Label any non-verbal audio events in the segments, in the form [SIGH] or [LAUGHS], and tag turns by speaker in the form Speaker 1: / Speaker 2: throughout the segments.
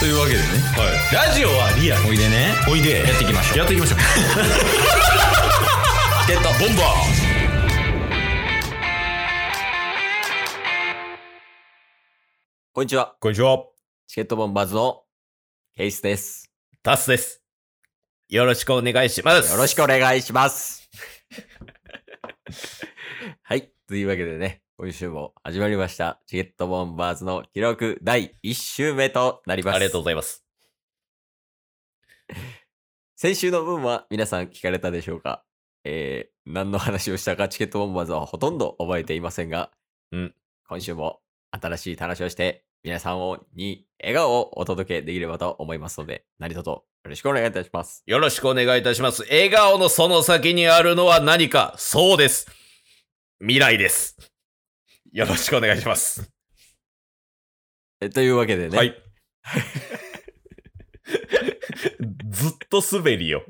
Speaker 1: というわけでね
Speaker 2: はい。ラジオはリアル。
Speaker 1: おいでね
Speaker 2: おいで。
Speaker 1: やっていきましょう
Speaker 2: やっていきましょう。
Speaker 1: ゲットボンバーこんにちは
Speaker 2: こんにちは。
Speaker 1: チケットボンバーズのケイスです
Speaker 2: タスです。よろしくお願いします。
Speaker 1: よろしくお願いします。はい。というわけでね、今週も始まりました。チケットボンバーズの記録第1週目となります。
Speaker 2: ありがとうございます。
Speaker 1: 先週の分は皆さん聞かれたでしょうかえー、何の話をしたかチケットボンバーズはほとんど覚えていませんが、
Speaker 2: うん。
Speaker 1: 今週も新しい話をして、皆さんをに笑顔をお届けできればと思いますので、何卒よろしくお願いいたします。
Speaker 2: よろしくお願いいたします。笑顔のその先にあるのは何か、そうです。未来です。よろしくお願いします。
Speaker 1: えというわけでね、
Speaker 2: はい。 [LAUGHS] ずっと滑りよ。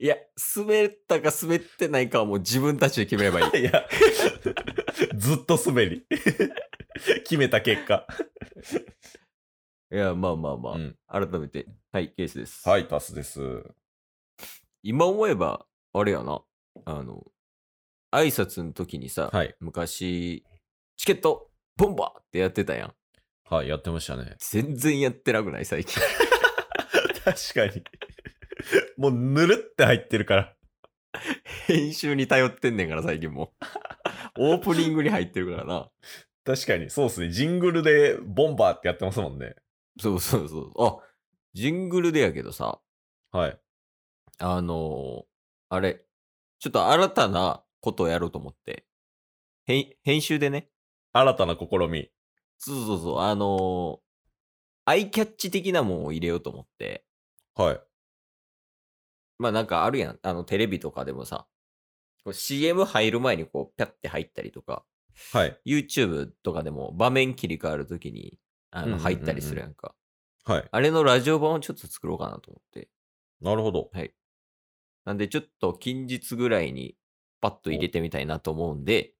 Speaker 1: いや、滑ったか滑ってないかはもう自分たちで決めればいい。
Speaker 2: いや、 [LAUGHS] ずっと滑り。 [LAUGHS] 決めた結果。
Speaker 1: [LAUGHS] いや、まあまあまあ、
Speaker 2: うん
Speaker 1: 改めて、はい、ケースです。
Speaker 2: はい、タスです。
Speaker 1: 今思えば、あれやな、あの、挨拶の時にさ、
Speaker 2: はい。
Speaker 1: 昔、チケット、ボンバーってやってたやん。
Speaker 2: はい、やってましたね。
Speaker 1: 全然やってなくない最近。 [LAUGHS]
Speaker 2: 確かに。もうぬるって入ってるから。
Speaker 1: 編集に頼ってんねんから、最近 [LAUGHS] もう。オープニングに入ってるからな。
Speaker 2: 確かに、そうですね。ジングルでボンバーってやってますもんね。
Speaker 1: そうそうそう。あ、ジングルでやけどさ、
Speaker 2: はい。
Speaker 1: あのーあれ、ちょっと新たなことをやろうと思って。へん編集でね、
Speaker 2: 新たな試み。
Speaker 1: そうそうそう、あのーアイキャッチ的なもんを入れようと思って、
Speaker 2: はい。
Speaker 1: まあなんかあるやん、あのテレビとかでもさ、こう CM 入る前にこう、ピャって入ったりとか、
Speaker 2: はい。
Speaker 1: YouTube とかでも場面切り替わるときに、あ
Speaker 2: うんうんう
Speaker 1: の、
Speaker 2: んうん
Speaker 1: 入ったりするやんか、
Speaker 2: はい。
Speaker 1: あれのラジオ版をちょっと作ろうかなと思って。
Speaker 2: なるほど。
Speaker 1: なんでちょっと近日ぐらいに、パッと入れてみたいなと思うんで、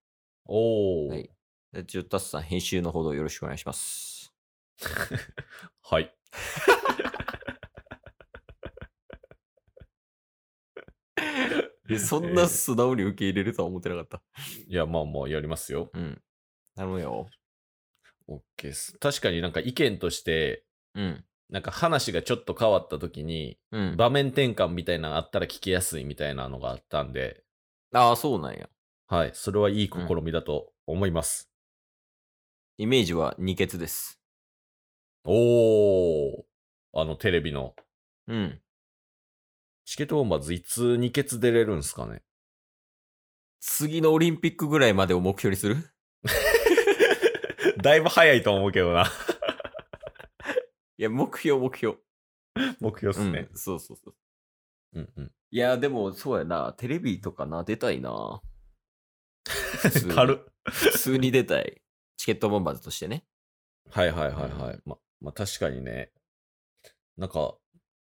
Speaker 2: おー。
Speaker 1: は
Speaker 2: はいい。
Speaker 1: ちょっとタスさん編集のほどよろしくお願いし [LAUGHS] ます。
Speaker 2: え
Speaker 1: そんな素直に受け入れるとは思ってなかった。
Speaker 2: いや、まあまあ、やりますよ。
Speaker 1: うん。頼むよ。
Speaker 2: OK です。確かになんか意見として、
Speaker 1: うん。
Speaker 2: なんか話がちょっと変わった時に、
Speaker 1: うん。
Speaker 2: 場面転換みたいなのあったら聞きやすいみたいなのがあったんで、
Speaker 1: ああ、そうなんや。
Speaker 2: はい。それはいい試みだと思います。
Speaker 1: イメージは二欠です。
Speaker 2: おー。あの、テレビの。
Speaker 1: うん。
Speaker 2: チケットボンバーズいつ二欠出れるんす
Speaker 1: [LAUGHS]
Speaker 2: かね
Speaker 1: 次のオリンピックぐらいまでを目標にする
Speaker 2: だいぶ早いと思うけどな。 [LAUGHS]
Speaker 1: いや、目標、目標。
Speaker 2: 目標っ
Speaker 1: うん。。そうそうそう。
Speaker 2: うんうん。
Speaker 1: いや、でも、そうやな。テレビとかな、出たいな。普通に
Speaker 2: 軽っ。
Speaker 1: 普通に出たい。チケットボンバーズとしてね。
Speaker 2: はいはいはいはい。ま、まあ、確かにね。なんか、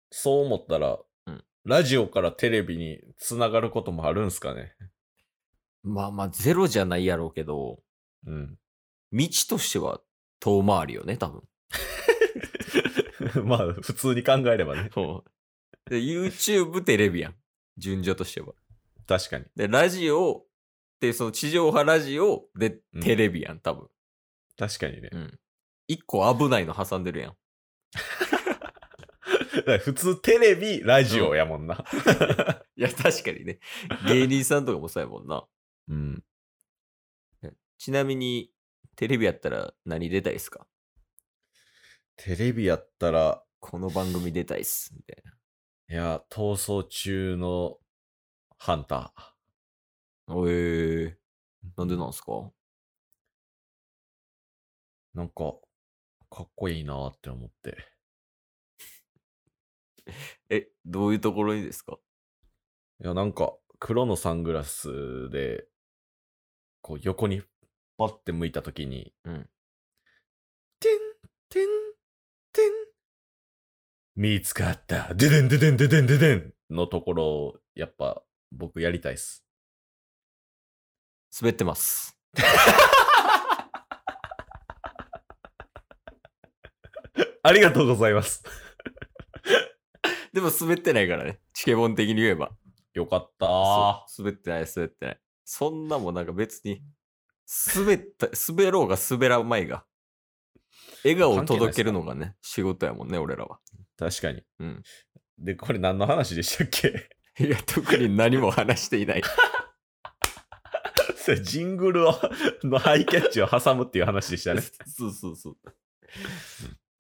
Speaker 2: そう思ったら、
Speaker 1: うん
Speaker 2: ラジオからテレビにつながることもあるんすかね。
Speaker 1: まあまあ、ゼロじゃないやろうけど、
Speaker 2: うん。
Speaker 1: 道としては遠回りよね、多分。
Speaker 2: [LAUGHS] まあ、普通に考えればね。
Speaker 1: そう。で、YouTube、テレビやん。順序としては。
Speaker 2: 確かに。
Speaker 1: で、ラジオ、で、その地上波ラジオ、で
Speaker 2: う、ん
Speaker 1: テレビやん、多分。
Speaker 2: 確かにね。
Speaker 1: うん。一個危ないの挟んでるやん。
Speaker 2: だから普通テレビ、ラジオやもんな。
Speaker 1: いや、確かにね。芸人さんとかもそうやもんな。
Speaker 2: うん。
Speaker 1: ちなみに、テレビやったら何出たいですか
Speaker 2: テレビやったら、
Speaker 1: この番組出たいっす。みたい
Speaker 2: いや、逃走中のハンター。
Speaker 1: な。おえー、なんでなんすか
Speaker 2: なんか、かっこいいなーって思って。
Speaker 1: え、どういうところにですか
Speaker 2: いや、なんか、黒のサングラスで、こう、横に、パッて向いたときに、
Speaker 1: うん。
Speaker 2: てん、てん、てん。見つかった。ででんででんででんででんのところ、やっぱ、僕やりたいっす。
Speaker 1: 滑ってます。
Speaker 2: ありがとうございます。
Speaker 1: でも滑ってないからね。チケボン的に言えば。
Speaker 2: [LAUGHS] よかった。
Speaker 1: そう滑ってない、滑ってない。そんなもんなんか別に、滑った、滑ろうが滑らんまいが。笑顔を届けるのがね、仕事やもんね、俺らは。
Speaker 2: 確かに。
Speaker 1: うん。
Speaker 2: で、これ何の話でしたっけ [LAUGHS]
Speaker 1: いや、特に何も話していない。
Speaker 2: それジングルを [LAUGHS] のハイキャッチを挟むっていう話でしたね。
Speaker 1: [LAUGHS] そうそうそう。
Speaker 2: う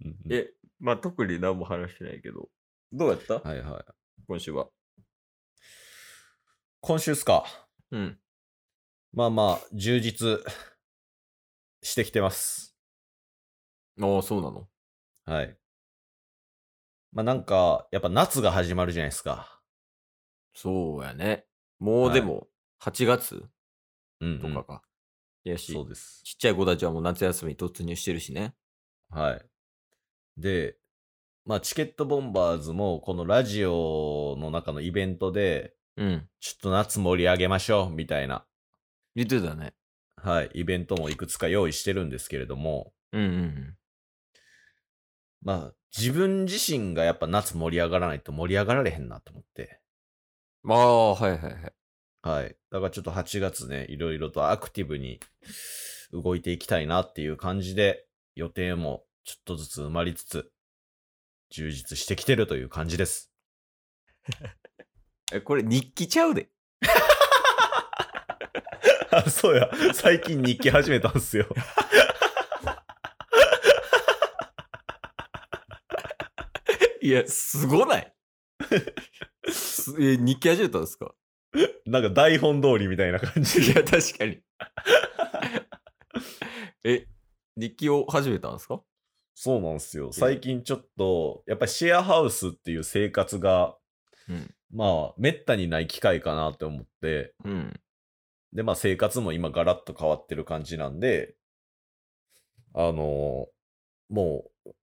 Speaker 2: んうん
Speaker 1: え、まあ特に何も話してないけど。どうやった、
Speaker 2: はいはい。
Speaker 1: 今週は。
Speaker 2: 今週っすか。
Speaker 1: うん。
Speaker 2: まあまあ、充実 [LAUGHS] してきてます。
Speaker 1: ああ、そうなの。
Speaker 2: はい。まあなんか、やっぱ夏が始まるじゃないですか。
Speaker 1: そうやね。もうでも、8月
Speaker 2: うん、うん
Speaker 1: とかか。いやし、
Speaker 2: そうです。
Speaker 1: ちっちゃい子たちはもう夏休みに突入してるしね。
Speaker 2: はい。で、まあチケットボンバーズも、このラジオの中のイベントで、
Speaker 1: うん。
Speaker 2: ちょっと夏盛り上げましょう、みたいな、
Speaker 1: 言ってたね。
Speaker 2: はい、イベントもいくつか用意してるんですけれども、
Speaker 1: うんうんうん。
Speaker 2: まあ、自分自身がやっぱ夏盛り上がらないと盛り上がられへんなと思って。
Speaker 1: まあ、はいはいはい。
Speaker 2: はい。だからちょっと8月ね、いろいろとアクティブに動いていきたいなっていう感じで、予定もちょっとずつ埋まりつつ、充実してきてるという感じです。
Speaker 1: え、これ日記ちゃうで。
Speaker 2: あ、 [LAUGHS] そうや。最近日記始めたんすよ。
Speaker 1: いや、 [LAUGHS] すごないすえ、日記始めたんですか
Speaker 2: なんか台本通りみたいな感
Speaker 1: [LAUGHS] いや、確かに。 [LAUGHS] え、日記を始めたんですか
Speaker 2: [LAUGHS] そうなんですよ。最近ちょっと、やっぱりシェアハウスっていう生活が、
Speaker 1: うん
Speaker 2: まあ、めったにない機会かなって思って、
Speaker 1: うん。
Speaker 2: で、まあ、生活も今ガラッと変わってる感じなんで、あのもう、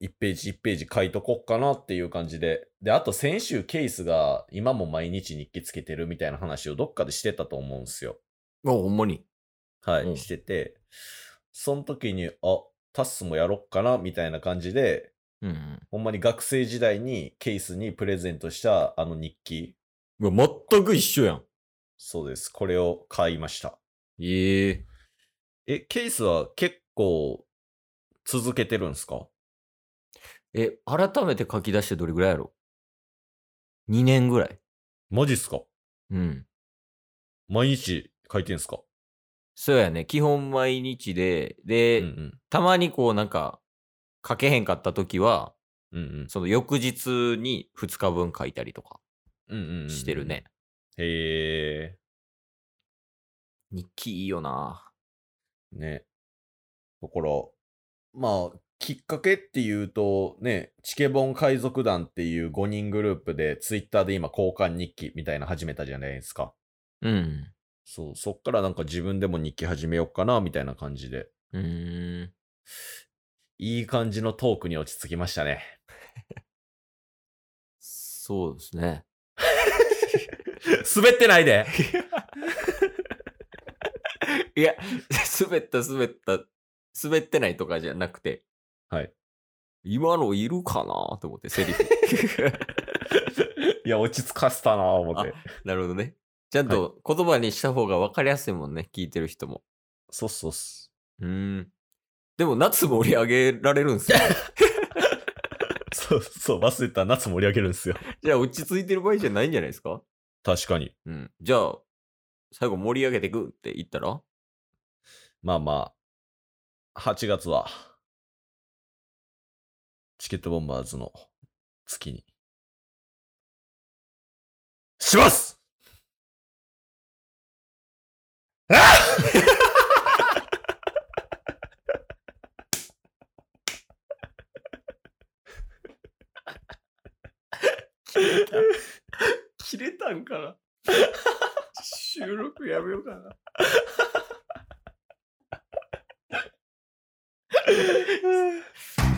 Speaker 2: 1ページ1ページ書いとこっかなっていう感じで、で、あと先週ケースが今も毎日日記つけてるみたいな話をどっかでしてたと思うんですよ。
Speaker 1: あ、ほんまに。
Speaker 2: はい、
Speaker 1: うん
Speaker 2: してて、その時に、あ、タッスもやろっかなみたいな感じで、
Speaker 1: うん、うん。
Speaker 2: ほんまに学生時代にケイスにプレゼントしたあの日記。
Speaker 1: うわ全く一緒やん。
Speaker 2: そうです。これを買いました。
Speaker 1: ええ
Speaker 2: え、ケイスは結構続けてるんですか
Speaker 1: え、改めて書き出してどれぐらいやろ ?2 年ぐらい。
Speaker 2: マジっすか
Speaker 1: うん。
Speaker 2: 毎日書いてんすか
Speaker 1: そうやね。基本毎日で、で、
Speaker 2: うん
Speaker 1: たまにこうなんか、書けへんかった時は、
Speaker 2: うん。うん
Speaker 1: その翌日に2日分書いたりとか
Speaker 2: うん。うんうんうん
Speaker 1: してるね。。
Speaker 2: へ
Speaker 1: 日記いいよな。
Speaker 2: え。ね。だから、まあ、きっかけっていうと、ね、チケボン海賊団っていう5人グループで、ツイッターで今交換日記みたいなの始めたじゃないですか。
Speaker 1: うん。
Speaker 2: そう、そっからなんか自分でも日記始めようかな、みたいな感じで。
Speaker 1: うーん。
Speaker 2: いい感じのトークに落ち着きましたね。 [LAUGHS]
Speaker 1: そうですね。
Speaker 2: 滑ってないで
Speaker 1: [LAUGHS] いや、 [LAUGHS] 滑った滑った、滑ってないとかじゃなくて、
Speaker 2: はい。
Speaker 1: 今のいるかなと思って、 [LAUGHS] セリフ。
Speaker 2: いや、落ち着かせたなぁ、思って。
Speaker 1: なるほどね。ちゃんと言葉にした方が分かりやすいもんね、聞いてる人も。
Speaker 2: そうそうっす。
Speaker 1: うーん。でも、夏盛り上げられるん [LAUGHS] すよ。
Speaker 2: そうそう、忘れてた夏盛り上げるんですよ。
Speaker 1: じゃあ、落ち着いてる場合じゃないんじゃないですか
Speaker 2: 確かに。
Speaker 1: うん。じゃあ、最後盛り上げてくって言ったら
Speaker 2: まあまあ、8月は、チケットボンバーズの月に、します
Speaker 1: 切れたんかな収録やめようかな。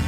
Speaker 2: す